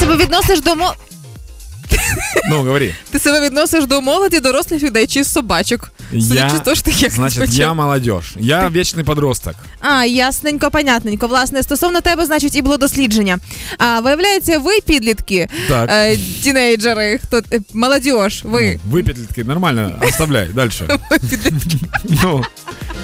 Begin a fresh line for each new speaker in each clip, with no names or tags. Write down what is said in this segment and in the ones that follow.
себе відносиш до мо...
Ну, говори.
Ти себе відносиш до молоді, дорослих людей чи собачок.
Я-
Судячи з того, що ти як
Значит,
почав.
я молодежь. Я вечный подросток.
А, ясненько, понятненько. Власне, стосовно тебе, значить, і було дослідження. А виявляється, ви підлітки,
Так.
е, тінейджери, хто е, молодіж, ви.
Ну, Выпетлитки нормально, оставляй. Дальше. Ну,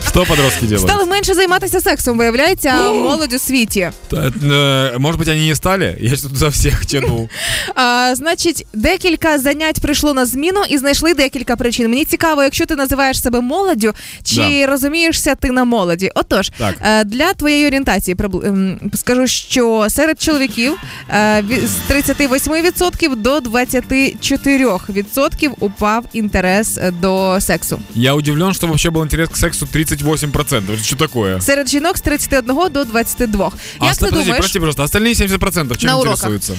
что подростки делают?
Стали менше займатися сексом, виявляється, а молодь у світі.
Та, э, Может быть, они не стали? Я что-то за всех тянул.
А, значить, декілька занять прийшло на зміну і знайшли декілька причин. Мені цікаво, якщо ти називаєш себе молоддю, чи
Да.
розумієшся ти на молоді. Отож,
Так.
е, для твоєї орієнтації прибл- ем, скажу, що серед чоловіків е, ві- з 38% до 24% упав інтерес е, до сексу.
Я удивлен, что вообще был интерес к сексу 38%. Это что такое?
Серед жінок з 31 до 22.
А
Як
оста-
ти
подожди,
думаєш?
прости, пожалуйста, остальные 70% чем
На уроках.
интересуются?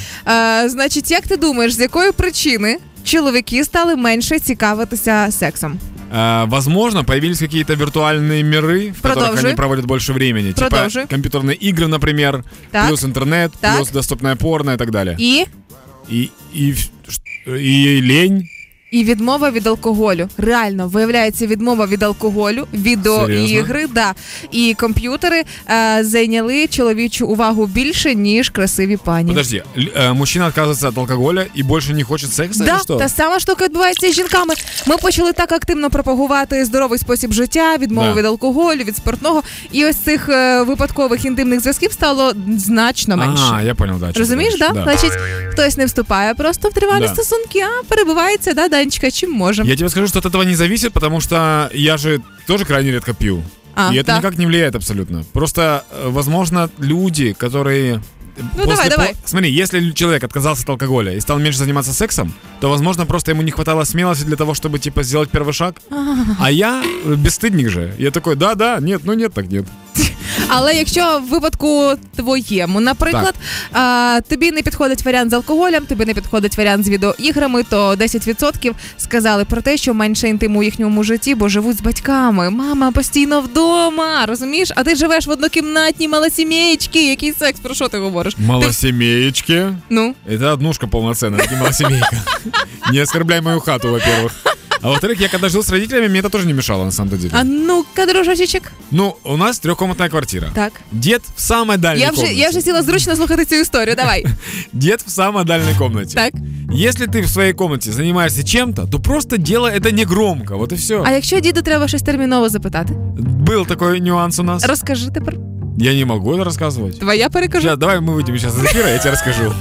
Е, значить, як ти думаєш, з якої причини чоловіки стали менше цікавитися сексом?
А, возможно, появились какие-то виртуальные миры, в которых
Продолжи.
они проводят больше времени.
Продолжи.
Типа компьютерные игры, например,
Так.
плюс интернет,
Так.
плюс доступное порно и так далее.
І,
И, и, в- ш- и лень.
і відмова від алкоголю. Реально виявляється відмова від алкоголю, відеоігри, да і комп'ютери е, зайняли чоловічу увагу більше ніж красиві пані.
Подожди, л- э, мужчина отказывается от алкоголя и больше не хочет секса
Да,
или что?
та сама штука відбувається і з жінками. Ми почали так активно пропагувати здоровий спосіб життя, відмову
Да.
від алкоголю, від спиртного. І ось цих е, випадкових інтимних зв'язків стало значно менше.
А, я понял, да. о чём ты
Розумієш, да?
говоришь,
Значить, хтось не вступає просто в тривалі
Да.
стосунки, а перебувається, да, Данечка, чим може.
Я тебе скажу, что от этого не зависит, потому что я же тоже крайне редко пью.
А,
и это
да.
никак не влияет абсолютно. Просто, э, возможно, люди, которые...
Ну, давай,
после по-
давай.
Смотри, если человек отказался от алкоголя и стал меньше заниматься сексом, то, возможно, просто ему не хватало смелости для того, чтобы, типа, сделать первый шаг. А я э, бесстыдник же. Я такой, да-да, нет, ну нет, так нет.
Але якщо в випадку твоєму, наприклад, а, тобі не підходить варіант з алкоголем, тобі не підходить варіант з відеоіграми, то 10% сказали про те, що менше інтиму у їхньому житті, бо живуть з батьками. Мама постійно вдома, розумієш? А ти живеш в однокімнатній малосім'єчці. Який секс? Про що ти говориш? Ти-
Малосемеечки.
Ну
Это однушка полноценная, это не малосемейка. Не оскорбляй мою хату, во-первых. А во-вторых, я когда жил с родителями, мне это тоже не мешало, на самом-то
а
деле.
ну-ка, дружочечек.
Ну, у нас трехкомнатная квартира.
Так.
Дед в самой дальней
Я вже,
комнате.
я вже сіла зручно слухати цю історію. Давай.
Дед в самой дальней комнате.
Так.
Если ты в своей комнате занимаешься чем-то, то просто делай это не громко, вот и все.
А якщо діду треба щось терміново запитати,
Был такой нюанс у нас.
розкажи тепер.
Я не могу это рассказывать.
Твоя перекажу.
Сейчас, давай мы выйдем сейчас из эфира, я тебе расскажу.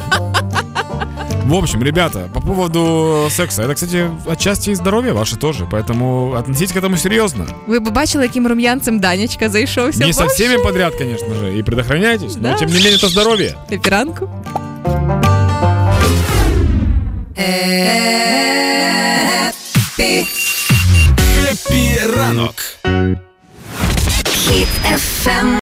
В общем, ребята, по поводу секса, это, кстати, отчасти и здоровье ваше тоже, поэтому относитесь к этому серьезно.
Ви б бачили, яким рум'янцем Данечка зайшовся.
Не со
Боже,
всеми подряд, конечно же, и предохраняйтесь, но
Да.
тем не менее это здоровье.
на піранку.